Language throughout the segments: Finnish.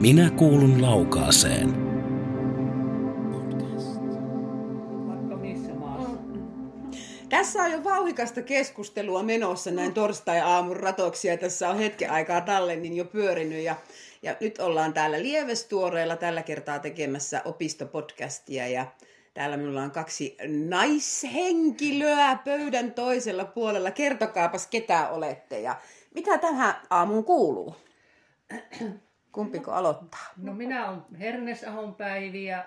Minä kuulun laukaaseen. Vaikka missä maassa. Tässä on jo vauhikasta keskustelua menossa näin torstai-aamun ratoksi ja tässä on hetken aikaa tallennin jo pyörinyt ja, ja nyt ollaan täällä Lievestuoreilla tällä kertaa tekemässä opistopodcastia ja täällä minulla on kaksi naishenkilöä pöydän toisella puolella. Kertokaapas ketä olette ja mitä tähän aamuun kuuluu? Kumpiko aloittaa? No minä olen Hernesahon Päivi ja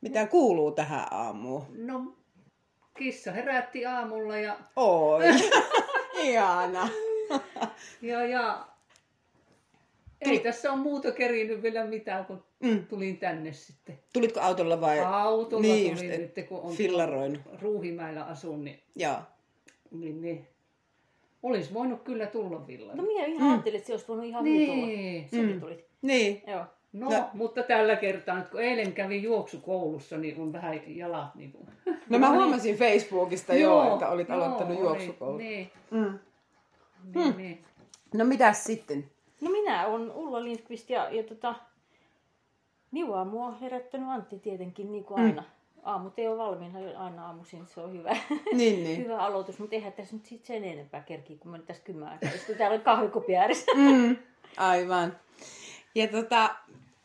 Mitä kuuluu tähän aamuun? no, kissa herätti aamulla ja, Oi, ihana. ja, ja ei tässä on muuta kerinyt vielä mitään, kun Mm. tulin tänne sitten. Tulitko autolla vai? Autolla niin tulin just, nyt, kun on fillaroinut. Ruuhimäellä asun, niin, Joo. niin, niin olisi voinut kyllä tulla villalla. No minä ihan ajattelin, että se olisi voinut ihan hyvin tulla. Mm. niin. Säkin Mm. tulit. Niin, Joo. No, No. no, mutta tällä kertaa, nyt kun eilen kävin juoksukoulussa, niin on vähän jalat niin kuin... no mä huomasin Facebookista joo, että olit aloittanut oli, juoksukoulun. Niin, Mm. niin, niin. No mitäs sitten? No minä olen Ulla Lindqvist ja, ja tota, Niua mua on herättänyt Antti tietenkin niin Mm. kuin aina. Aamut ei ole valmiina jo aina aamuisin, se on hyvä, Niin, niin. hyvä aloitus, mutta eihän tässä nyt sit sen enempää kerkiä, kun mä nyt tässä kymmen aikaa istun täällä kahvikopin ääressä. Mm, aivan. Ja tota,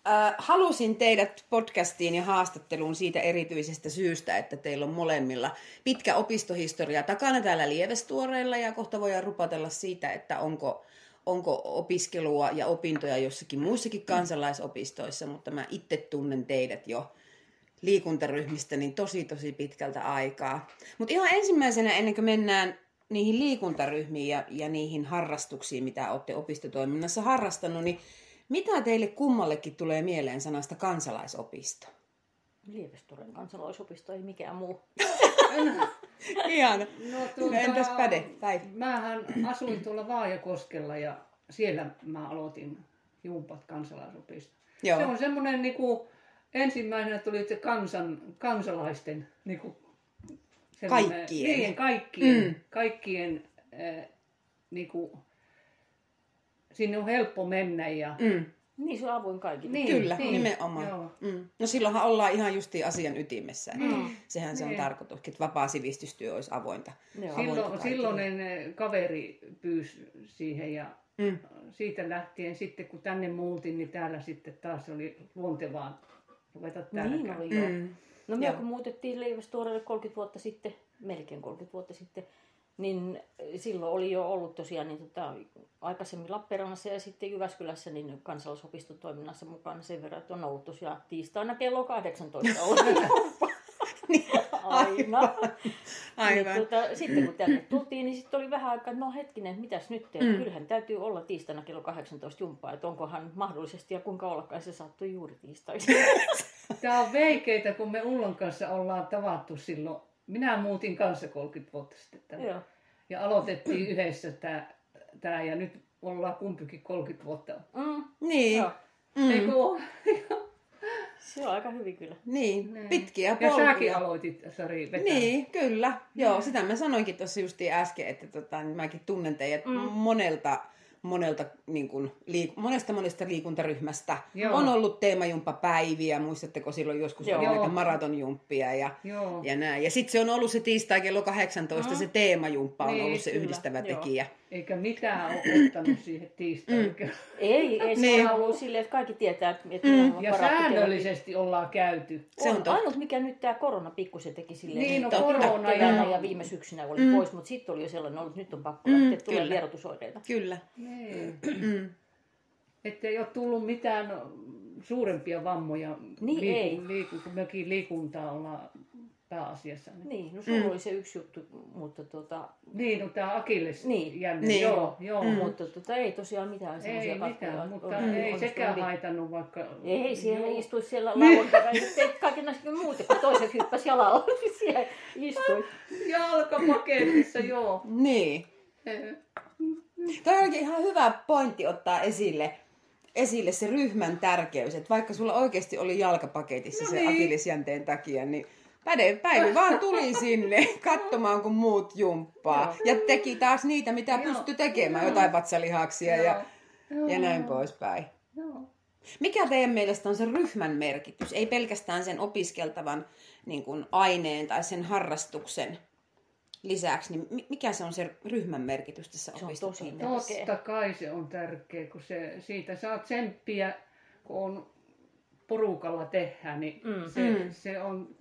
äh, halusin teidät podcastiin ja haastatteluun siitä erityisestä syystä, että teillä on molemmilla pitkä opistohistoria takana täällä Lievestuoreilla ja kohta voidaan rupatella siitä, että onko, onko opiskelua ja opintoja jossakin muissakin kansalaisopistoissa, mutta mä itse tunnen teidät jo liikuntaryhmistä niin tosi tosi pitkältä aikaa. Mutta ihan ensimmäisenä ennen kuin mennään niihin liikuntaryhmiin ja, ja niihin harrastuksiin, mitä olette opistotoiminnassa harrastanut, niin mitä teille kummallekin tulee mieleen sanasta kansalaisopisto? Lievesturen kansalaisopisto ei mikään muu. Ihan. No, No entäs Päde? Päivi? Mähän asuin tuolla Vaajakoskella ja siellä mä aloitin Jumpat kansalaisopisto. Joo. Se on semmoinen niinku, ensimmäisenä tuli se kansan, kansalaisten niinku, semmonen- Kaikkien. Niin, kaikkien. Mm. Mm. Kaikkien äh, niinku, sinne on helppo mennä ja Mm, Niin se on avoin kaikille. Niin. kyllä, niin, nimenomaan. joo. Mm. No silloinhan ollaan ihan justiin asian ytimessä. Mm. Sehän se on Niin. tarkoituskin, että vapaa sivistystyö olisi avointa. Joo. Avointa silloin, kaikille. silloinen äh, kaveri pyysi siihen ja Mm. siitä lähtien sitten, kun tänne muultiin, niin täällä sitten taas oli luontevaa ruveta täällä. Niin oli joo. Mm. No me Joo. kun muutettiin Leivästuorelle 30 vuotta sitten, melkein 30 vuotta sitten, niin silloin oli jo ollut tosiaan niin tota, aikaisemmin Lappeenrannassa ja sitten Jyväskylässä niin kansalaisopistotoiminnassa mukana sen verran, että on ollut tosiaan tiistaina kello 18 ollut aina. Niin, Aivan. Niin, tota, sitten kun tänne tultiin, niin sitten oli vähän aikaa, että no hetkinen, että mitäs nyt, että Mm. kyllähän täytyy olla tiistaina kello 18 jumppaa, että onkohan mahdollisesti ja kuinka ollakaan se sattui juuri tiistaiksi. Tämä on veikeitä, kun me Ullan kanssa ollaan tavattu silloin. Minä muutin kanssa 30 vuotta sitten tänne. Joo. Ja aloitettiin yhdessä tämä, tämä ja nyt ollaan kumpikin 30 vuotta. Mm, Niin, joo. Mm. Eikö ole? Se on aika hyvin kyllä. niin. Niin. pitkiä Ja polkuja. säkin aloitit, Sari, vetää. Niin, kyllä. Joo, sitä mä sanoinkin tuossa justiin äsken, että tota, niin mäkin tunnen teidät mm. Mm. monelta, monelta niin kuin, liik- monesta monesta liikuntaryhmästä. Joo. Joo. On ollut teemajumppapäiviä, muistatteko silloin joskus Joo. oli Joo. näitä maratonjumppia ja, Joo. ja näin. Ja sitten se on ollut se tiistai kello 18, mm. Mm. se teemajumppa on Niin, ollut se kyllä. yhdistävä Joo. tekijä. Eikä mitään ole ottanut siihen tiistaina. Ei, ei se Niin. niin. ollut silleen, että kaikki tietää, että että Mm. me ollaan Ja varattu säännöllisesti ollaan käyty. kerran. Se on on totta. ainut, mikä nyt tämä korona pikkusen teki silleen. Niin, että no toki korona keväällä ja- ja viime syksynä oli Mm. pois, mutta sitten oli jo sellainen ollut, että nyt on pakko Mm, lähteä, että tulee kyllä. vierotusoireita. Kyllä. Niin. Mm. Että ei ole tullut mitään suurempia vammoja, Niin ei. liiku, kun mekin liikuntaa ollaan pääasiassa. Niin, Niin, no sulla Mm. oli se yksi juttu, mutta, tota, niin no, tämä Akilles Niin. jänne, Niin. joo, joo. Mm. mutta tota, ei tosiaan mitään Ei semmoisia katkoja mitään, mutta ole ei onnistunut. sekään haitannut vaikka... Ei, siellä Joo. istuisi siellä Niin. lauantaina, ja teit kaiken muuta, kun toiset hyppäsi jalalla, niin siellä istuit. Jalkapaketissa, joo. Niin. Toi onkin ihan hyvä pointti ottaa esille, esille se ryhmän tärkeys, että vaikka sulla oikeasti oli jalkapaketissa no No se niin. akillisjänteen takia, niin Päde, Päivi vaan tuli sinne katsomaan, kun muut jumppaa. Joo. Ja teki taas niitä, mitä Joo. pystyi tekemään, Joo. jotain vatsalihaksia ja, Joo. ja näin poispäin. Joo. Mikä teidän mielestä on se ryhmän merkitys? Ei pelkästään sen opiskeltavan niin kuin aineen tai sen harrastuksen lisäksi, niin mi- mikä se on se ryhmän merkitys tässä Se on opistotoiminnassa? tosi tärkeä. Totta kai se on tärkeä, kun se, siitä saa tsemppiä, kun on porukalla tehdä, niin Mm. mm. Se, Mm. se on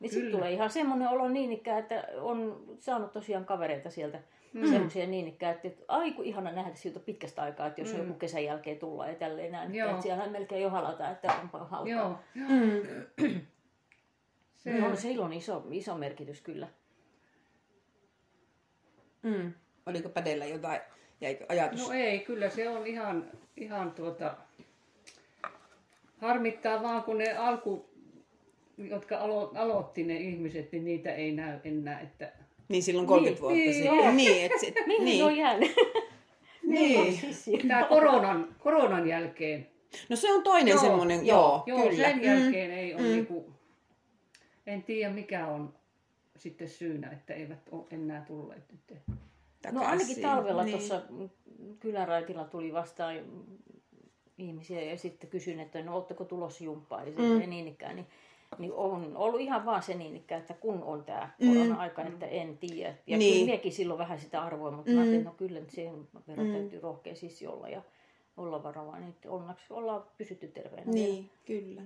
Niin sitten Kyllä. tulee ihan semmoinen olo niin ikään, että on saanut tosiaan kavereita sieltä mm. semmoisia niin ikään, että et, ai kun ihana nähdä siltä pitkästä aikaa, että jos mm. Mm. joku kesän jälkeen tullaan ja tälleen näin. Joo. Että siellä melkein jo halata, että onpa hautaa. Joo. Mm. Se, Mm. On, sillä on iso, iso merkitys kyllä. Mm. Oliko pädellä jotain, jäikö ajatus? No ei, kyllä se on ihan, ihan tuota, harmittaa vaan kun ne alku, jotka alo, aloitti ne ihmiset, niin niitä ei näy enää, että niin silloin 30 Niin, vuotta niin, sitten. joo. Niin, et, sit- Mihin niin. se on jäänyt? niin. Sissi. tämä koronan, koronan jälkeen. No se on toinen joo, semmoinen, joo, joo kyllä. sen jälkeen ei ole mm. mm. niinku, en tiedä mikä on sitten syynä, että eivät ole enää tulleet nyt. No Takaisin. ainakin talvella niin. tuossa mm, kyläraitilla tuli vastaan mm, ihmisiä ja sitten kysyin, että no ootteko tulossa jumppaan ja Mm. mm. niin ikään, niin, niin on ollut ihan vaan se niin ikään, että kun on tämä Mm. korona-aika, että en tiedä. Niin. Ja niin. kyllä minäkin silloin vähän sitä arvoin, mutta Mm. mm. mä ajattelin, no kyllä nyt siihen verran Mm. mm. täytyy rohkea siis olla ja olla varovainen, niin että onneksi ollaan pysytty terveenä. vielä. Niin, kyllä.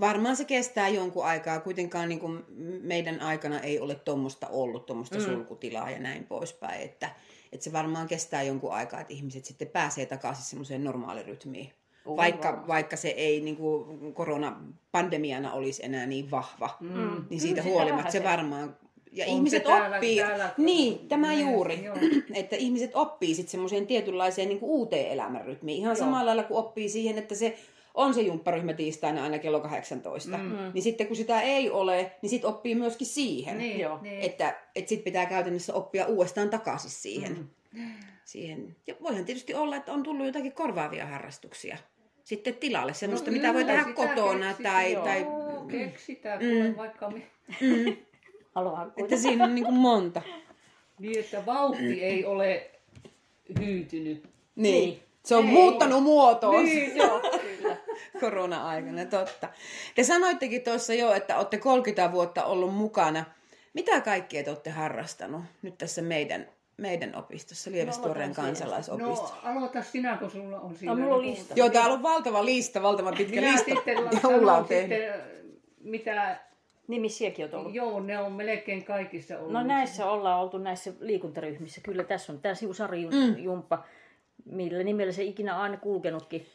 Varmaan se kestää jonkun aikaa. Kuitenkaan niin kuin meidän aikana ei ole tuommoista ollut, tuommoista mm. Mm. sulkutilaa ja näin poispäin. Että, että se varmaan kestää jonkun aikaa, että ihmiset sitten pääsee takaisin semmoiseen normaalirytmiin. On Vaikka, varmasti. vaikka se ei niin kuin koronapandemiana olisi enää niin vahva, mm. Mm. niin Kyllä siitä sitä huolimatta se vähäsen. varmaan... Ja On ihmiset se täällä- oppii. täällä- niin, tämä Niin, juuri. joo. että ihmiset oppii sitten semmoiseen tietynlaiseen niin kuin uuteen elämänrytmiin. Ihan Joo. samalla lailla kuin oppii siihen, että se on se jumpparyhmä tiistaina aina kello 18. Mm. Mm. Niin sitten kun sitä ei ole, niin sitten oppii myöskin siihen. Niin, Joo. niin. Että, että sitten pitää käytännössä oppia uudestaan takaisin siihen. Mm. Mm. siihen. Ja voihan tietysti olla, että on tullut jotakin korvaavia harrastuksia sitten tilalle. Semmoista, No, mitä voi kyllä, tehdä sitä kotona keksitään, tai... joo. tai Joo, keksitään Mm. kuule vaikka mi- mm, Haluan että kuitenkin. siinä on niin kuin monta. niin, että vauhti ei ole hyytynyt. Niin. Niin. Se on Ei. muuttanut muotoa. Niin, Joo, kyllä. korona-aikana, totta. Te sanoittekin tuossa jo, että olette 30 vuotta ollut mukana. Mitä kaikkea te olette harrastanut nyt tässä meidän, meidän opistossa, Lievestuoreen No, no, aloitan kansalaisopisto? No aloita sinä, kun sulla on siinä. No, mulla on joku- lista. Joo, täällä on valtava lista, valtavan pitkä Minä lista. sitten Ulla sanon on tehnyt. sitten, mitä, Niin missä sinäkin olet ollut? joo, ne on melkein kaikissa ollut. No näissä ollaan oltu näissä liikuntaryhmissä. Kyllä tässä on tämä Mm. Sivusari-jumppa, millä nimellä se ikinä on aina kulkenutkin.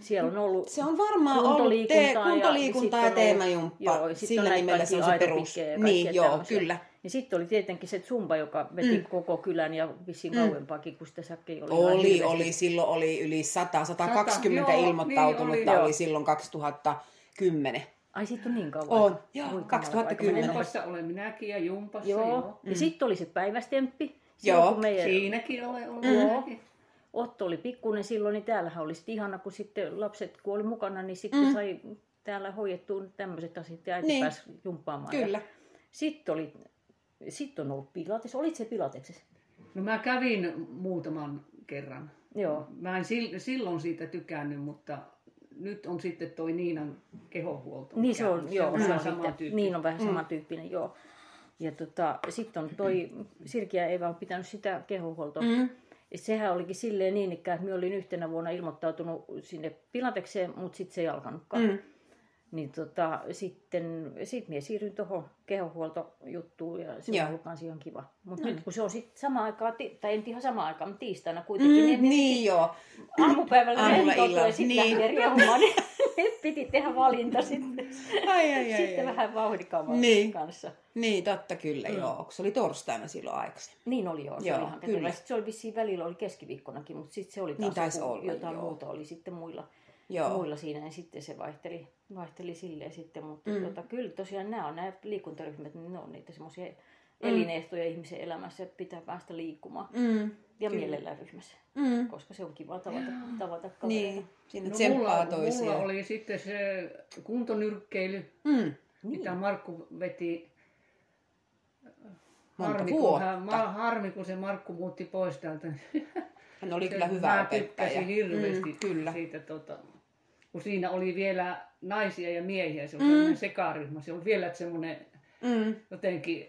Siellä on ollut Se on varmaan ollut te- kuntoliikuntaa ja, sitten on ollut- teemajumppaa. Joo, ja sitten Sillä näitä nimellä se on se kaikkia perus. aerobiikkeja ja Niin, kaikkia joo, tämmöisiä. kyllä. Ja sitten oli tietenkin se Zumba, joka veti Mm. mm. koko kylän ja vissiin Mm. kauempaakin, kun sitä säkkiä oli. ihan Oli, hirveästi. oli. Silloin oli yli 100, 120 Sata, joo, ilmoittautunutta. niin oli, oli, joo. silloin 2010. Ai siitä on niin kauan. On, aikaa. joo, Voi kamala, 2010. aika menee. Jumpassa olen minäkin ja jumpassa, joo. Joo, joo. ja sitten oli se päivästemppi. Silloin, Mm. Joo, kun meidän Siinäkin olen Mm. ollut. Joo. minäkin. Otto oli pikkuinen silloin, niin täällähän oli sitten ihana, kun sitten lapset, kun oli mukana, niin sitten Mm. mm. sai täällä hoidettuun tämmöiset asiat ja äiti Niin. niin. pääsi jumppaamaan. Kyllä. Sitten oli, sitten on ollut pilates. Olit se pilateksessa? No mä kävin muutaman kerran. Joo. Mä en sil- silloin siitä tykännyt, mutta nyt on sitten toi Niinan kehohuolto. Niin se on, joo, se on vähän sama samantyyppinen. Niin on vähän samantyyppinen, joo. Ja tota, sitten on toi, Sirki ja Eeva on pitänyt sitä kehohuoltoa. Mm. Ja Sehän olikin silleen niin, että minä olin yhtenä vuonna ilmoittautunut sinne pilatekseen, mutta sitten se ei alkanutkaan. Mm. Niin tota, sitten sit minä siirryin tuohon kehohuoltojuttuun ja se Joo. on ollut kans ihan kiva. Mutta No nyt niin. kun se on sitten samaan aikaan, ti- tai en ihan samaan aikaan, mutta tiistaina kuitenkin, Mm, mm, niin, niin joo. aamupäivällä Aamulla rentoutuu illalla, ja sitten niin. niin. lähtee riehumaan, niin nyt piti tehdä valinta sitten, Ai, ai, ai, sitten ai. vähän vauhdikkaamman Niin. kanssa. Niin, totta kyllä, mm. Mm. joo. Se oli torstaina silloin aikaisemmin. Niin oli joo, se Joo, oli ihan kyllä. kätevä. Sitten se oli vissiin välillä oli keskiviikkonakin, mutta sitten se oli Niin taas taisi joku- olla, jotain joo. muuta oli sitten muilla, Joo. muilla siinä ja sitten se vaihteli, vaihteli silleen sitten. Mutta Mm. mm. tota, kyllä tosiaan nämä on nämä liikuntaryhmät, niin ne on niitä semmoisia elinehtoja ihmisen elämässä, että pitää päästä liikkumaan Mm. ja Kyllä. mielellään ryhmässä, Mm. koska se on kiva tavata, tavata kavereita. Niin, siinä No, tsemppaa mulla, toisia. mulla oli sitten se kuntonyrkkeily, Mm. Niin. mitä Markku veti. Monta harmi, kun vuotta. hän- ma- harmi, kun se Markku muutti pois täältä. Hän oli Se- kyllä hyvä mä opettaja. tykkäsin hirveästi Mm, kyllä. siitä, tota, kun siinä oli vielä naisia ja miehiä, se oli mm. sekaryhmä. Se oli vielä semmoinen Mm. jotenkin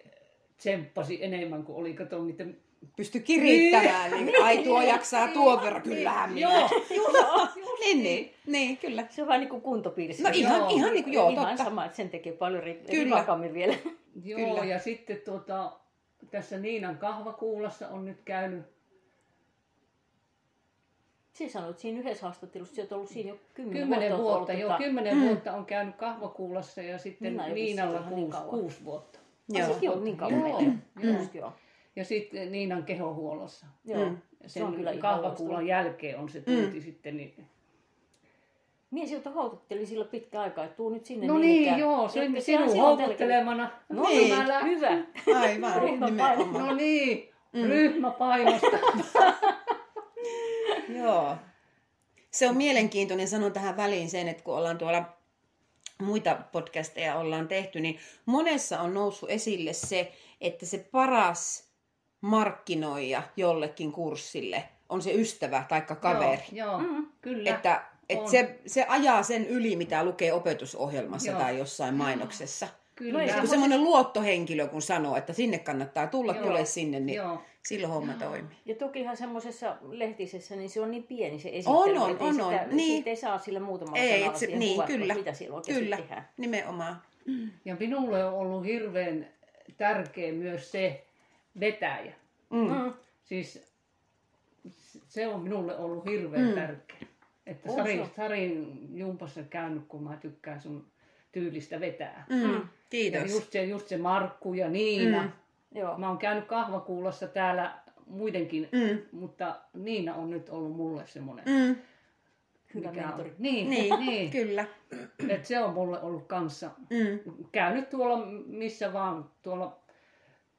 tsemppasi enemmän kuin oli, kato niitä... Pysty kirittämään. Niin. Ai tuo jaksaa tuon verran. Kyllähän minä. Niin. Joo, Niin, niin. niin, kyllä. Se on vähän niin kuin kuntopiirissä. No ihan, Joo. ihan niin kuin, joo, ihan totta. sama, että sen tekee paljon ri- Kyllä. rivakammin vielä. Joo, Kyllä. Kyllä. ja sitten tuota, tässä Niinan kahvakuulassa on nyt käynyt. Sinä sanoit siinä yhdessä haastattelussa, että olet ollut siinä jo kymmenen, Kymmenen vuotta. tota- vuotta, joo, Mm. kymmenen vuotta on käynyt kahvakuulassa ja sitten Minä en Niinalla vissiin ihan niin kuusi, kauan. kuusi vuotta. Joo. Joo. Sekin on niin kauan Joo. Mm. meillä. Just joo. Ja sitten Niinan kehohuollossa. joo. Mm. Se on kyllä ihan loistava. kahvakuulan jälkeen on se tunti mm. sitten. Niin... Mies, jota houkutteli sillä pitkä aikaa, että tuu nyt sinne. No niin niin, ikään. joo, Että sen siellä- sinun siellä on tälläkin- houkuttelemana. No Niin. niin, hyvä. Aivan, Ryhmäpaine. nimenomaan. No niin, Mm. ryhmäpainosta. niin. Joo. Se on mielenkiintoinen, sanon tähän väliin sen, että kun ollaan tuolla muita podcasteja ollaan tehty, niin monessa on noussut esille se, että se paras markkinoija jollekin kurssille on se ystävä tai kaveri. Mm. Joo, joo Mm. kyllä. Että, et on. se, se ajaa sen yli, mitä lukee opetusohjelmassa Joo. tai jossain mainoksessa. kyllä. ei no Se on semmoinen luottohenkilö, kun sanoo, että sinne kannattaa tulla, Joo. tule sinne, niin Joo. silloin homma toimii. Ja tokihan semmoisessa lehtisessä, niin se on niin pieni se esittely, On, on, että ei on, sitä, on. Niin. siitä ei saa sillä muutamalla Ei, sanalla et se, siihen niin, kuvattua, kyllä. mitä siellä oikeasti Kyllä, tehdään. nimenomaan. Ja minulle on ollut hirveän tärkeä myös se vetäjä. Mm. Siis se on minulle ollut hirveän mm. tärkeä. Että On Sari, se. Sarin jumpassa käynyt, kun mä tykkään sun tyylistä vetää. Mm. Kiitos. Mm. Ja just se, just se Markku ja Niina. Joo. Mä oon käynyt kahvakuulossa täällä muidenkin, Mm. mutta Niina on nyt ollut mulle semmoinen. Mm. Hyvä mikä on- mentori. Niin, Niin, niin. niin. kyllä. Et se on mulle ollut kanssa Mm. käynyt tuolla missä vaan, tuolla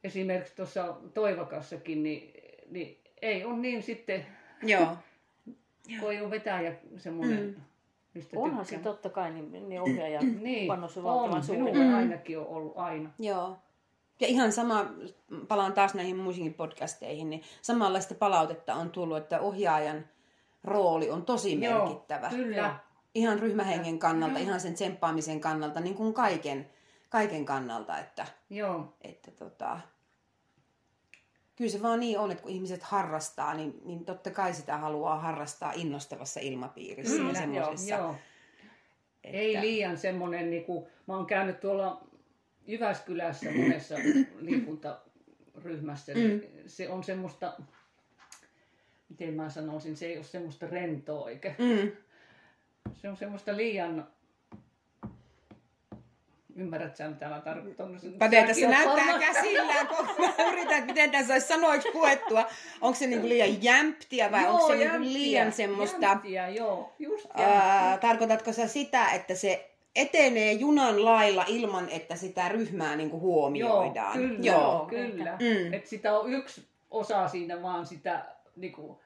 esimerkiksi tuossa Toivakassakin, niin, niin ei on niin sitten, Joo. kun ei ole vetäjä semmoinen, mm. mistä Onhan se tykkää. totta kai, niin ne ohjaaja Mm. niin, panos on on, valtavan suuri. minulle ainakin on ollut aina. Joo. Ja ihan sama, palaan taas näihin muihinkin podcasteihin, niin samanlaista palautetta on tullut, että ohjaajan rooli on tosi Niin merkittävä. Joo, kyllä. Ihan ryhmähengen kannalta, ihan sen tsemppaamisen kannalta, niin kuin kaiken, kaiken kannalta, että, Joo, että tota, kyllä se vaan niin on, että kun ihmiset harrastaa, niin, niin totta kai sitä haluaa harrastaa innostavassa ilmapiirissä ja kyllä, Mm. joo, semmoisessa. joo. Ei liian semmoinen, niin kuin, mä oon käynyt tuolla Jyväskylässä monessa liikuntaryhmässä, mm. se on semmoista, miten mä sanoisin, se ei ole semmoista rentoa oikein. Mm, Se on semmoista liian... Ymmärrät sä, mitä mä tarkoitan? Pade tässä Säkin oot näyttää varma- käsillään, kun mä yritän, että miten tässä olisi sanoiksi puettua. Onko se niinku liian jämptiä vai onko se niinku jämptiä, liian semmoista... Jämptiä, joo, just jämptiä. Ää, tarkoitatko sä sitä, että se etenee junan lailla ilman, että sitä ryhmää niinku Joo, huomioidaan? kyllä, Joo. joo, kyllä. Mm. Mm. Et sitä on yksi osa siinä vaan sitä, niinku,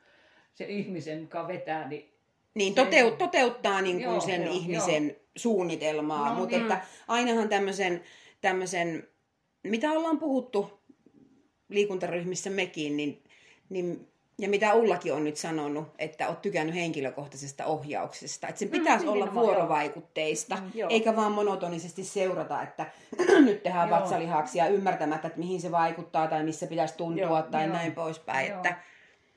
se ihmisen, joka vetää, niin Niin toteut, toteuttaa niin kuin Joo, sen joo, ihmisen suunnitelmaa, no, No mutta niin. että ainahan tämmöisen, tämmöisen, mitä ollaan puhuttu liikuntaryhmissä mekin, niin, niin, ja mitä Ullakin on nyt sanonut, että oot tykännyt henkilökohtaisesta ohjauksesta, että sen Mm, pitäisi olla nimenomaan, vuorovaikutteista, joo. eikä vaan monotonisesti seurata, että nyt tehdään Joo. vatsalihaksia ymmärtämättä, että mihin se vaikuttaa tai missä pitäisi tuntua Joo, tai joo. näin poispäin, Joo. että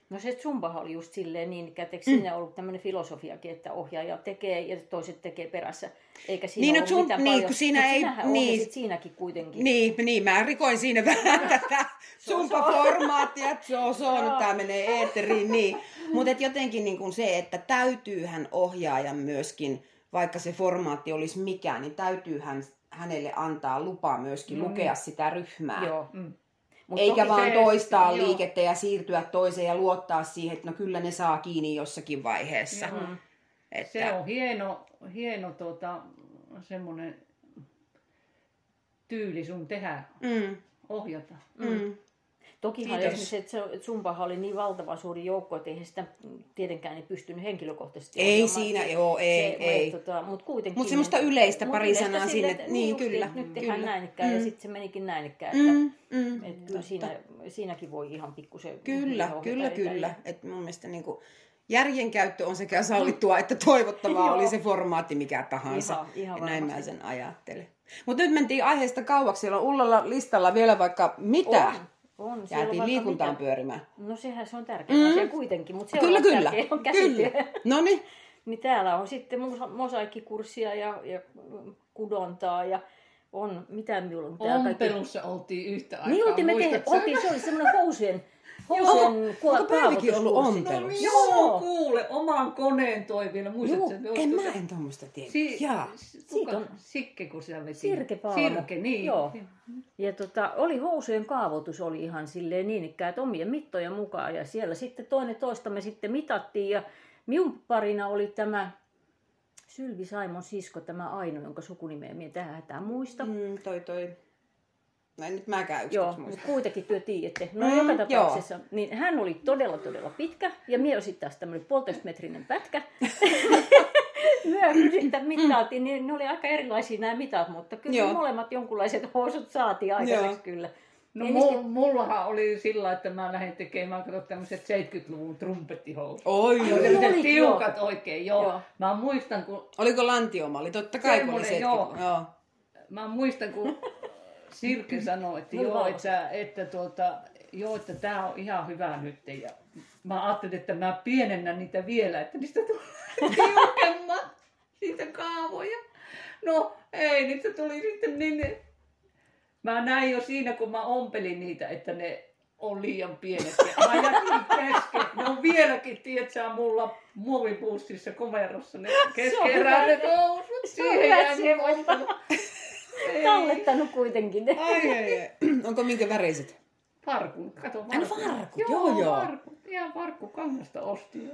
No se Zumbahan oli just silleen niin, että eikö Mm. siinä ollut tämmöinen filosofiakin, että ohjaaja tekee ja toiset tekee perässä. Eikä siinä Niin, no ollut Zumb- mitään niin, paljon. kun siinä Mut ei- sinähän niin. ohjasit siinäkin kuitenkin. Niin, niin, mä rikoin siinä vähän tätä sumpaformaattia, että se on soonut, tämä menee eetteriin, niin. Mutta jotenkin niin kuin se, että täytyyhän ohjaajan myöskin, vaikka se formaatti olisi mikä, niin täytyyhän hänelle antaa lupa myöskin No lukea sitä ryhmää. Mm. Joo. Mm. Mut Eikä toki vaan se- toistaa joo. liikettä ja siirtyä toiseen ja luottaa siihen, että no kyllä ne saa kiinni jossakin vaiheessa. Joo. Mm. Että, se on hieno, hieno tota, semmoinen tyyli sun tehdä, Mm, ohjata. mm. Tokihan Kiitos. esimerkiksi, että se Zumbahan oli niin valtava suuri joukko, että eihän sitä tietenkään niin pystynyt henkilökohtaisesti. Ei ohjaamaan. siinä, joo, ei, ei. Tota, mutta kuitenkin. Mut semmoista yleistä Mut pari yleistä sanaa sinne, silleen, että niin, justiin, kyllä, että Nyt tehdään kyllä. näinikään ja Mm. sitten se menikin näinikään. Että, Mm, mm. et kyllä siinä, siinäkin voi ihan pikkusen. Kyllä, ohjata kyllä, eri- kyllä. Et mun mielestä niin kuin järjen käyttö on sekä sallittua että toivottavaa, oli se formaatti mikä tahansa. Ihan- ihan Ja Näin mä varmasti. sen ajattelen. Mutta nyt mentiin aiheesta kauaksi. Siellä on Ullalla listalla vielä vaikka mitä. On, on. siellä Jäätiin on vaikka liikuntaan mitä. pyörimään. No sehän se on tärkeä mm. asia kuitenkin, mutta se kyllä, on kyllä. tärkeä on käsityö. kyllä. No niin, Niin täällä on sitten musa- mosaikkikurssia ja, ja kudontaa ja on, mitä minulla on täällä Ompelussa oltiin yhtä aikaa. Niin oltiin me tehneet, muistatko? oltiin, se oli semmoinen housujen, housujen Onko Päivikin ollut kaavoituskurssi. ompelu? Joo. Joo, kuule, oman koneen toi vielä. Muistatko? Juu, että me en oltiin mä tuota- en tuommoista tiedä. Si- Jaa. Siitä Siitä on- on. Sikke, kun sä veti. Sirke Paavo. Sirke, niin. Joo. Niin. Ja tota, oli housujen kaavoitus oli ihan silleen niin ikään, että omien mittojen mukaan ja siellä sitten toinen toista me sitten mitattiin ja minun parina oli tämä Sylvi Saimon sisko, tämä Aino, jonka sukunimeä minä tähän hätään muista. Mm. Mm, toi toi. No en nyt mäkään yksi Joo, muista. mutta kuitenkin työ tiedätte. No Mm, mm, joka joo. tapauksessa, joo. niin hän oli todella todella pitkä ja minä olisin taas tämmöinen puolitoista metrinen pätkä. Myöhemmin sitten mittaatiin, niin ne oli aika erilaisia nämä mitat, mutta kyllä Joo. joo. molemmat jonkunlaiset housut saatiin aikaiseksi Joo. joo. kyllä. No Ei mul, mullahan oli sillä, että mä lähdin tekemään, kato tämmöiset 70-luvun trumpettihousut. Oi, Ne oli oi, oi. Joo. semmoiset tiukat oikein, joo. Joo. Mä muistan, kun, Oliko lantiomalli? Totta kai kun oli Semmoinen, 70. joo. Joo. mä muistan, kun Sirke sanoi, että Mulla joo, on. että, sä- että, tuota, joo, että tää on ihan hyvä nyt. Ja mä ajattelin, että mä pienennän niitä vielä, että niistä tulee tiukemmat, niitä kaavoja. No ei, niistä tuli sitten niin Mä näin jo siinä, kun mä ompelin niitä, että ne on liian pienet ja ainakin kesken. Ne on vieläkin, tietsää, mulla muovipuustissa komerossa ne keskeneräiset housut. Siihen hyvä jäi sivu. muistelu. Ei. tallettanut kuitenkin. ne. Ai, ai, ai. Onko minkä väriset? Farkun, kato Ai, no farkun. farkut, joo, joo. Farkut, ihan farkku kangasta ostin.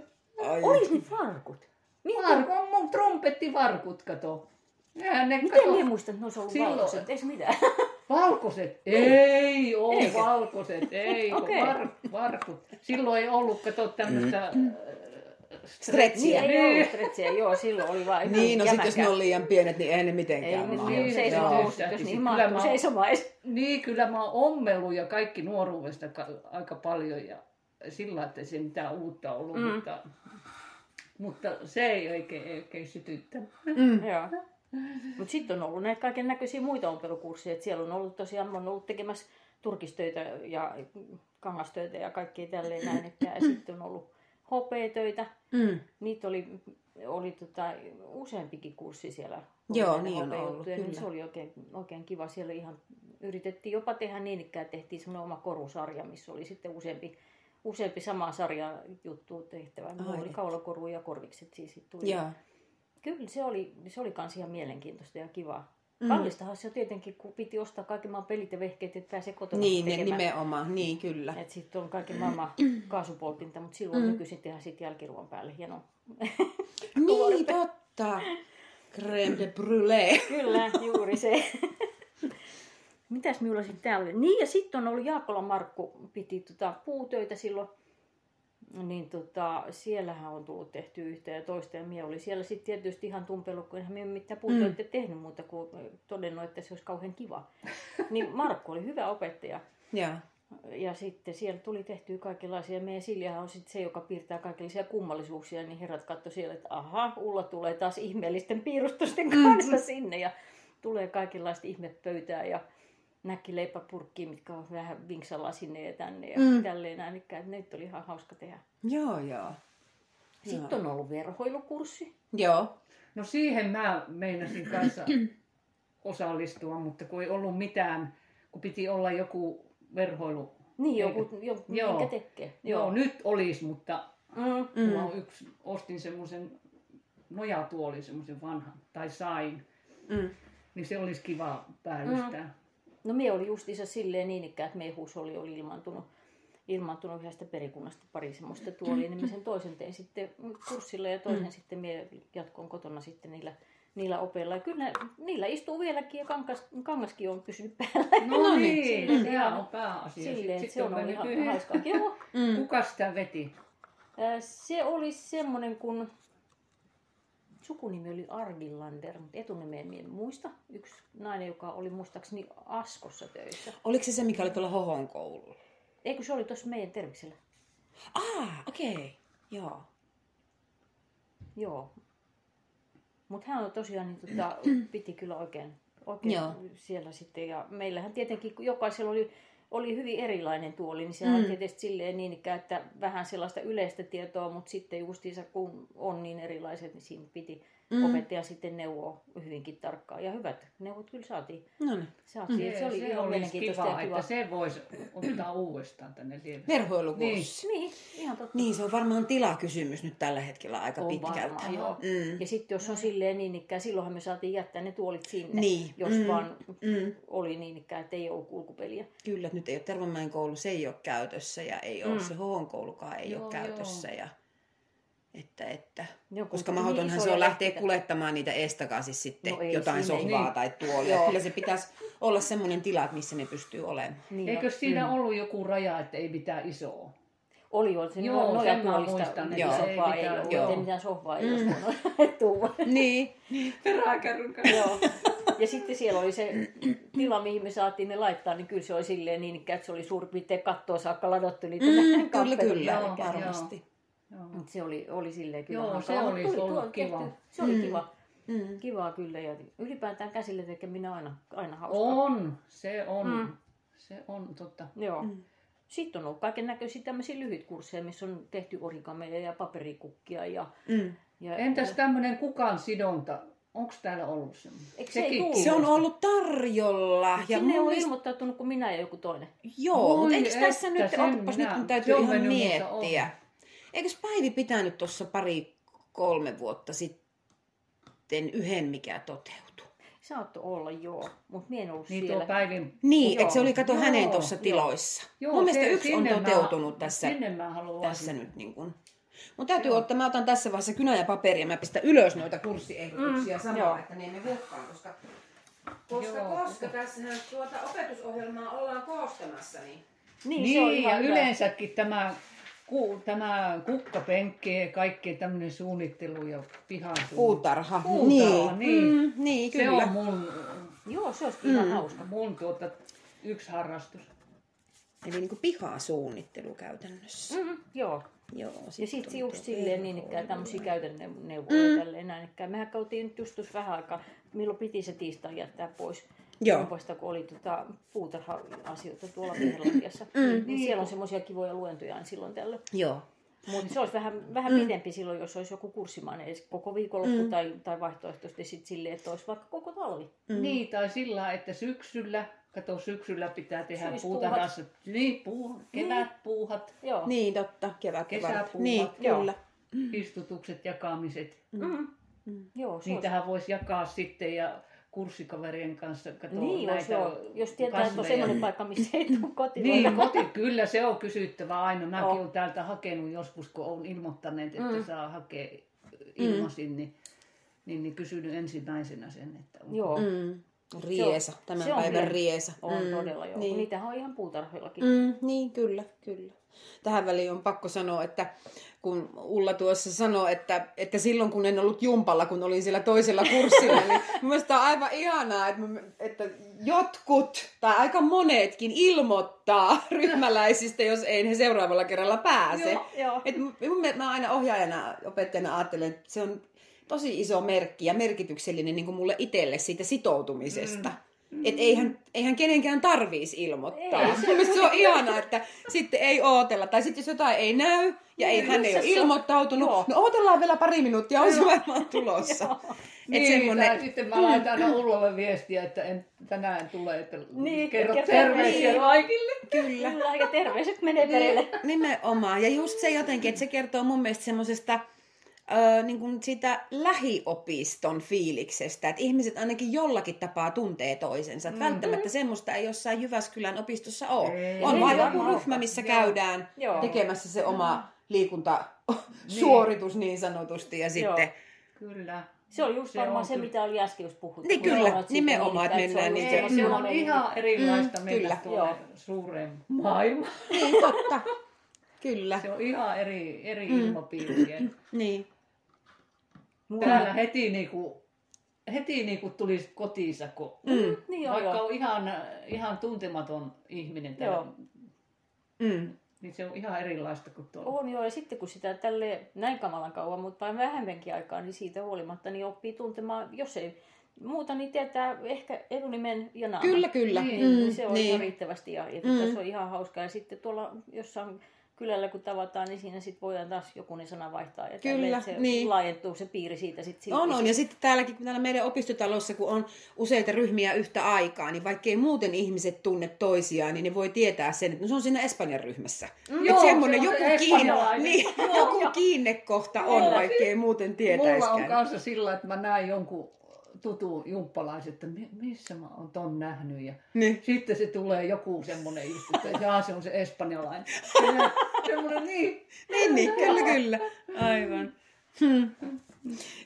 Ai. Olis ne farkut. Mitä? Farkku on mun trumpettivarkut, kato. Nehän ne, Miten kato, minä muistan, että ne olisi ollut Silloin- valkoiset? Ei se mitään. Valkoiset? Ei ole Eikö? valkoiset, ei okay. Okei. var, varkut. Silloin ei ollut, kato tämmöistä... Stretchiä. Niin, ei Niin. ollut stretsiä. Joo, silloin oli vaan ihan Niin, no sit jos ne jämäkää. on liian pienet, niin ei ne Ei, mitenkään niin, mahdu. niin, Joo. seisomahousut, jos Kyllä niihin mä- mahtuu seisomaan. Niin, kyllä mä oon ommellut ja kaikki nuoruudesta ka- aika paljon ja sillä lailla, että ei se mitään uutta ollut, mm. mutta, mutta se ei oikein, ei oikein sytyttänyt. Mm, Joo. Mutta sitten on ollut näitä kaiken näköisiä muita ompelukursseja. Et siellä on ollut tosiaan, mä oon ollut tekemässä turkistöitä ja kangastöitä ja kaikkea tälleen näin. että- Ja sitten on ollut hopeetöitä. Mm. Niitä oli, oli tota, useampikin kurssi siellä. Joo, Oli niin on näitä ollut, opejuttuja, niin kyllä. Se oli oikein, oikein kiva. Siellä ihan yritettiin jopa tehdä niin ikään, tehtiin semmoinen oma korusarja, missä oli sitten useampi, useampi sama sarja juttu tehtävä. Mulla Ai oli että. kaulakoru ja korvikset siis sit tuli. Joo. Kyllä se oli, se oli kans ihan mielenkiintoista ja kivaa. Mm. Kallistahan se on tietenkin, kun piti ostaa kaiken maailman pelit ja vehkeet, että pääsee kotona Niin, ne tekemään. nimenomaan. Niin, kyllä. Et sitten on kaiken maailman kaasupoltinta, mutta Mm. silloin nykyisin tehdään sit jälkiruoan päälle hieno. Niin, totta. Crème de brûlée. Kyllä, juuri se. Mitäs minulla sitten täällä oli? Niin ja sitten on ollut Jaakola Markku piti tota puutöitä silloin. Niin tota, siellähän on tullut tehty yhtä ja toista ja mie oli siellä sitten tietysti ihan tumpellut, kun enhän mie mitään puutöitä mm. tehnyt muuta kuin todennut, että se olisi kauhean kiva. niin Markku oli hyvä opettaja. Joo. Ja sitten siellä tuli tehtyä kaikenlaisia. Meidän Siljahan on sitten se, joka piirtää kaikenlaisia kummallisuuksia. Niin herrat katso siellä, että aha, Ulla tulee taas ihmeellisten piirustusten Mm-hmm. kanssa sinne. Ja tulee kaikenlaista ihmepöytää ja näkkileipäpurkkiin, mitkä on vähän vinksalla sinne ja tänne ja Mm. mm. tälleen näin. Eli Näitä oli ihan hauska tehdä. Joo, joo. Sitten on ollut verhoilukurssi. Joo. No siihen mä meinasin kanssa osallistua, mutta kun ei ollut mitään, kun piti olla joku verhoilu. Niin, Eikö? joku, jo, Joo. minkä tekee. Joo, Joo nyt olisi, mutta Mm. Mm. Mä oon yksi, ostin semmoisen nojatuolin, semmoisen vanhan, tai sain. Mm. Niin se olisi kiva päällystää. Mm. No me oli justiinsa silleen niin ikään, että meidän huusholli oli ilmaantunut, ilmaantunut yhdestä perikunnasta pari semmoista tuolia, niin mä sen toisen tein sitten kurssilla ja toisen mm. sitten me jatkoon kotona sitten niillä niillä opeilla. Ja kyllä ne- niillä istuu vieläkin ja kangas, kangaskin on pysynyt päällä. No niin, niin, siinä se on- on pääasia. Silleen, että Sitten se on ollut mennyt ihan yhden. hauskaa. Joo, Mm. Kuka sitä veti? Ää, Se oli semmoinen kun sukunimi oli Argillander, mutta etunimeen en muista. Yksi nainen, joka oli muistaakseni Askossa töissä. Oliko se se, mikä oli tuolla Hohon koululla? Eikö se oli tuossa meidän terveksellä? Ah, okei. Okay. Joo. Joo. Mutta hän on tosiaan, niin tota, piti kyllä oikein, oikein Joo. siellä sitten. Ja meillähän tietenkin, kun jokaisella oli, oli hyvin erilainen tuoli, niin sehän Mm. on tietysti silleen niin ikään, että vähän sellaista yleistä tietoa, mutta sitten justiinsa kun on niin erilaiset, niin siinä piti Mm. mm. opettaja sitten neuvoa hyvinkin tarkkaan. Ja hyvät neuvot kyllä saatiin. No niin. saatiin. Se, että se, oli se Mm. ihan olisi mielenkiintoista kiva, ja että se voisi ottaa uudestaan tänne lievästi. Verhoilukurssi. Niin. Niin, ihan totta. niin, se on varmaan tilakysymys nyt tällä hetkellä aika On pitkältä. varmaan, joo. Mm. Ja sitten jos on silleen niin ikään, silloinhan me saatiin jättää ne tuolit sinne, Niin. jos mm. vaan Mm. oli niin ikään, että ei ole kulkupeliä. Kyllä, että nyt ei ole Tervamäen koulu, se ei ole käytössä ja ei ole Mm. se Hohon koulukaan ei joo, Joo, ole käytössä. Ja, että, että. Ne on Koska kuitenkin mahdotonhan niin isoja se on lähteä lähteitä. kuljettamaan niitä estakaisin sitten No no ei, jotain siinä ei. sohvaa Niin. tai tuolia. Joo. Kyllä se pitäisi olla semmoinen tila, että missä ne pystyy olemaan. Niin, Eikö siinä mm. ollut joku raja, että ei mitään isoa? Oli jo, se Joo, Joo, noja sen mä tuolista muistan, niin että ei sohvaa ei mitään- Mm. ollut, joo. ei mitään sohvaa ei olisi voinut tuua. Niin. Peräkärryn kanssa. Joo. Ja sitten siellä oli se tila, mihin me saatiin ne laittaa, niin kyllä se oli silleen niin, ikään, että se oli suurin piirtein kattoa saakka ladattu niitä Mm, kyllä, kappaleita. kyllä. Joo, varmasti. Joo. Mut se oli, oli silleen kyllä. Joo, hankala, se mut olisi tuli ollut tuo tehty. kiva. Se oli Mm. kiva. Mm. Kivaa kyllä ja ylipäätään käsillä tekeminen aina, aina hauskaa. On, se on. Mm. Se on totta. Joo. Mm. Sitten on ollut kaiken näköisiä tämmöisiä lyhytkursseja, missä on tehty origamiä ja paperikukkia. Ja, Mm. ja Entäs tämmöinen kukan sidonta? Onko täällä ollut semmoinen? Eikö se ei tullut? Se on ollut tarjolla. ja Ja sinne ei ole muist- ilmoittautunut kuin minä ja joku toinen. Joo, Voi mutta eikö tässä että, nyt, sen otapas minä- nyt, kun se täytyy on ihan mennyt, missä miettiä. Eikös Päivi pitänyt tuossa pari, kolme vuotta sitten yhden, mikä toteutui? Saattoi olla, joo, mutta minä en ollut Niin tuo siellä. päivin. Niin, Joo, eikö se oli kato joo, hänen tuossa joo. tiloissa? Joo, Joo, Mun mielestä se- yksi on sinne mä- toteutunut tässä, Sinne mä haluaisin. tässä nyt. Niin kuin. Mun täytyy ottaa, mä otan tässä vaiheessa kynä ja paperia, mä pistän ylös noita kurssiehdotuksia mm, samalla, joo. että ne emme hukkaan, koska, koska, Joo. koska tässähän tuota opetusohjelmaa ollaan koostamassa, niin Niin, se on Niin, ihan ja hyvä. yleensäkin tämä, ku, tämä kukkapenkki ja kaikki tämmöinen suunnittelu ja pihasuunnittelu. Puutarha. Puutarha, niin. Mm, niin Se kyllä. on mun, Joo, se olisi ihan Mm. hauska. mun tuota, yksi harrastus. Eli niin kuin pihasuunnittelu käytännössä. Mm, joo, Joo, ja sitten just silleen niin ikään tämmöisiä käytännön neuvoja Mm. mm. tälleen näin. ikään. Mehän käytiin nyt just tuossa vähän aikaa, milloin piti se tiistai jättää pois. Joo. Kaupasta, kun oli tota puutarha-asioita tuolla Viherlandiassa. Mm, niin, niin. siellä on semmoisia kivoja luentoja aina silloin tällöin. Joo. Oh. Mutta se olisi vähän, vähän pidempi silloin, jos olisi joku kurssimainen edes koko viikonloppu Mm. mm. tai, tai vaihtoehtoisesti sit silleen, että olisi vaikka koko talvi. Mm. Mm. Niin, tai sillä lailla, että syksyllä, kato syksyllä pitää tehdä Syyspuuhat. puutarhassa, niin, puu, kevätpuuhat, Joo. Niin totta, kevät, kevät. Kesäpuuhat, Niin, joo. kyllä. istutukset, jakamiset. Mm. Mm. Joo, se olisi. Niitähän voisi jakaa sitten ja kurssikaverien kanssa kato Niin, jos, näitä joo, jos tietää, että on kasveja. semmoinen paikka, missä ei Mm. tule kotiin. Niin, koti, kyllä se on kysyttävä aina. Mäkin On. olen täältä hakenut joskus, kun olen ilmoittaneet, että Oh. Mm. saa hakea ilmaisin, niin, niin, niin kysynyt ensimmäisenä sen, että onko- Joo, mm. Mm. Riesa, tämän se on päivän kyllä. riesa. on Mm, todella joo. Niin. Niin. Niitähän on ihan puutarhoillakin. Mm, niin, kyllä, kyllä. Tähän väliin on pakko sanoa, että kun Ulla tuossa sanoi, että, että silloin kun en ollut jumpalla, kun olin siellä toisella kurssilla, niin mielestäni on aivan ihanaa, että, me- että jotkut tai aika monetkin ilmoittaa ryhmäläisistä, jos ei he seuraavalla kerralla pääse. Joo, joo. Et mun- mun mielestä mä aina ohjaajana, opettajana ajattelen, että se on tosi iso merkki ja merkityksellinen niin kuin mulle itselle siitä sitoutumisesta. Mm. Et eihän, eihän kenenkään tarviisi ilmoittaa. Ei, Ei, se- se, se on ihanaa, että sitten ei ootella. Tai sitten jos jotain ei näy ja ei, Niin, hän ei missä ole se on? ilmoittautunut, Joo. no ootellaan vielä pari minuuttia, on se varmaan tulossa. Et Niin, tai semmonen, sitten mä laitan aina Ullalle viestiä, että en tänään tule, että Niin, kerro kerro terveisiä terveisiä. kaikille. kyllä. Niin. Kyllä, ja terveiset menee perille. Nimenomaan. Ja just se jotenkin, että se kertoo mun mielestä semmoisesta öö, niin kuin siitä lähiopiston fiiliksestä, että ihmiset ainakin jollakin tapaa tuntee toisensa. Mm. Välttämättä semmoista ei jossain Jyväskylän opistossa ole. Ei, on Mhm. ei vaan joku varmaan ryhmä, ole. missä Joo. käydään Joo. Mhm. tekemässä se oma liikuntasuoritus niin sanotusti ja sitten Joo. Kyllä. Se oli just Se se varmaan on se, kyllä. mitä oli äsken, jos puhut. Niin kun kyllä, sanoit siitä, niin nimenomaan, että se on mennään just niitä- Ei, sellainen Niin, se Mm. on ihan suunnallinen- erilaista Mm, mm, mennä kyllä. Joo. tuonne suureen maailmaan. Niin, totta. Kyllä. Se on ihan eri, eri Mm. mm. ilmapiiri. että Niin. Täällä heti, niinku, heti niinku tulisi kotiinsa, kun Mm. Niin joo, vaikka joo. on ihan, ihan tuntematon ihminen täällä, Joo. Mm. niin se on ihan erilaista kuin tuolla. On joo, ja sitten kun sitä tälle näin kamalan kauan, mutta vain vähemmänkin aikaa, niin siitä huolimatta niin oppii tuntemaan, jos ei muuta, niin tietää ehkä etunimen ja naaman. Kyllä, kyllä. Niin, Mm, Ah. Niin se on niin. ihan niin. riittävästi ja, ja Mm. mm. se on ihan hauskaa. Ja sitten tuolla jossain kylällä kun tavataan, niin siinä sitten voidaan taas jokunen sana vaihtaa. Ja Kyllä, tälleen se niin. laajentuu se piiri siitä sitten. On, on. Ja sitten täälläkin, kun täällä meidän opistotalossa, kun on useita ryhmiä yhtä aikaa, niin vaikkei muuten ihmiset tunne toisiaan, niin ne voi tietää sen, että no se on siinä Espanjan ryhmässä. Mm, Joo, että semmoinen se on joku, se kiinne, espanjalainen. niin, Joo, joku joo. kiinnekohta on, Joo. vaikkei muuten Mulla on tietäisikään. kanssa sillä, että mä näen jonkun tutun jumppalaisen, että mi- missä mä oon ton nähnyt. Ja Niin. sitten se tulee joku semmoinen juttu, että jaa, se on se espanjalainen. Semmoinen- Semmoinen niin. Niin, niin, kyllä, kyllä. Aivan. Hmm.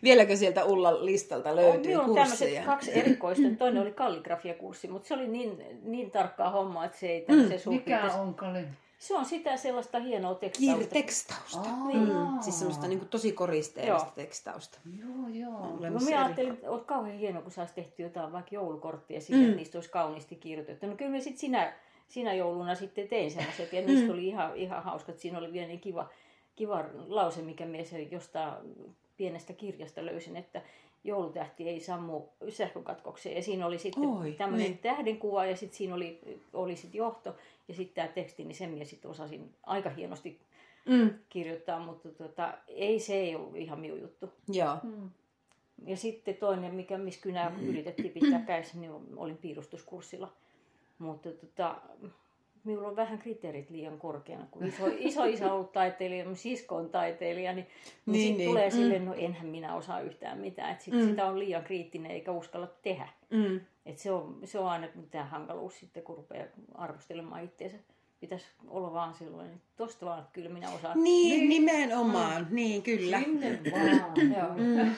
Vieläkö sieltä Ullan listalta löytyy Minulla on tämmöiset kursseja? kaksi erikoista. Toinen oli kalligrafiakurssi, mutta se oli niin, niin tarkkaa hommaa, että se ei tämmöiseen mm, Mikä on kale? Se on sitä sellaista hienoa Kiir- tekstausta. tekstausta. Aa. Mm. Siis semmoista niin tosi koristeellista Joo. tekstausta. Joo, joo. No Olemassa minä eri- ajattelin, että olisi kauhean hienoa, kun saisi tehty jotain vaikka joulukorttia sille, mm. Mm. että niistä olisi kauniisti kirjoitettu. No kyllä mä sitten sinä, sinä jouluna sitten tein sellaiset ja niistä Mm. oli ihan, ihan hauskat. Siinä oli vielä niin kiva, kiva lause, mikä mies jostain pienestä kirjasta löysin, että joulutähti ei sammu sähkökatkokseen. Ja siinä oli sitten Oi, tämmöinen niin. tähdenkuva ja sitten siinä oli, oli sit johto ja sitten tämä teksti, niin sen minä sitten osasin aika hienosti Mm. kirjoittaa, mutta tota, ei se ei ollut ihan miu juttu. Joo. Mm. Ja sitten toinen, mikä missä kynää Mm. yritettiin pitää kädessä, niin olin piirustuskurssilla. Mutta tota, minulla on vähän kriteerit liian korkeana, kun iso, iso isä on ollut taiteilija, mun sisko on taiteilija, niin, niin, Niin, niin sit niin. tulee Mm. mm. silleen, no enhän minä osaa yhtään mitään. Et sit Mm. mm. Sitä on liian kriittinen eikä uskalla tehdä. Mm. Et se, on, se on aina tämä hankaluus sitten, kun rupeaa arvostelemaan itseensä. Pitäisi olla vaan silloin, että tosta vaan, että kyllä minä osaan. Niin, nimenomaan. Niin, kyllä. Sinne vaan. Joo. Mm.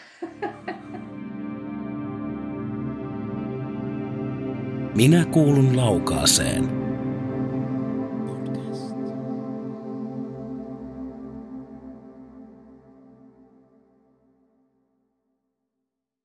Minä kuulun laukaaseen.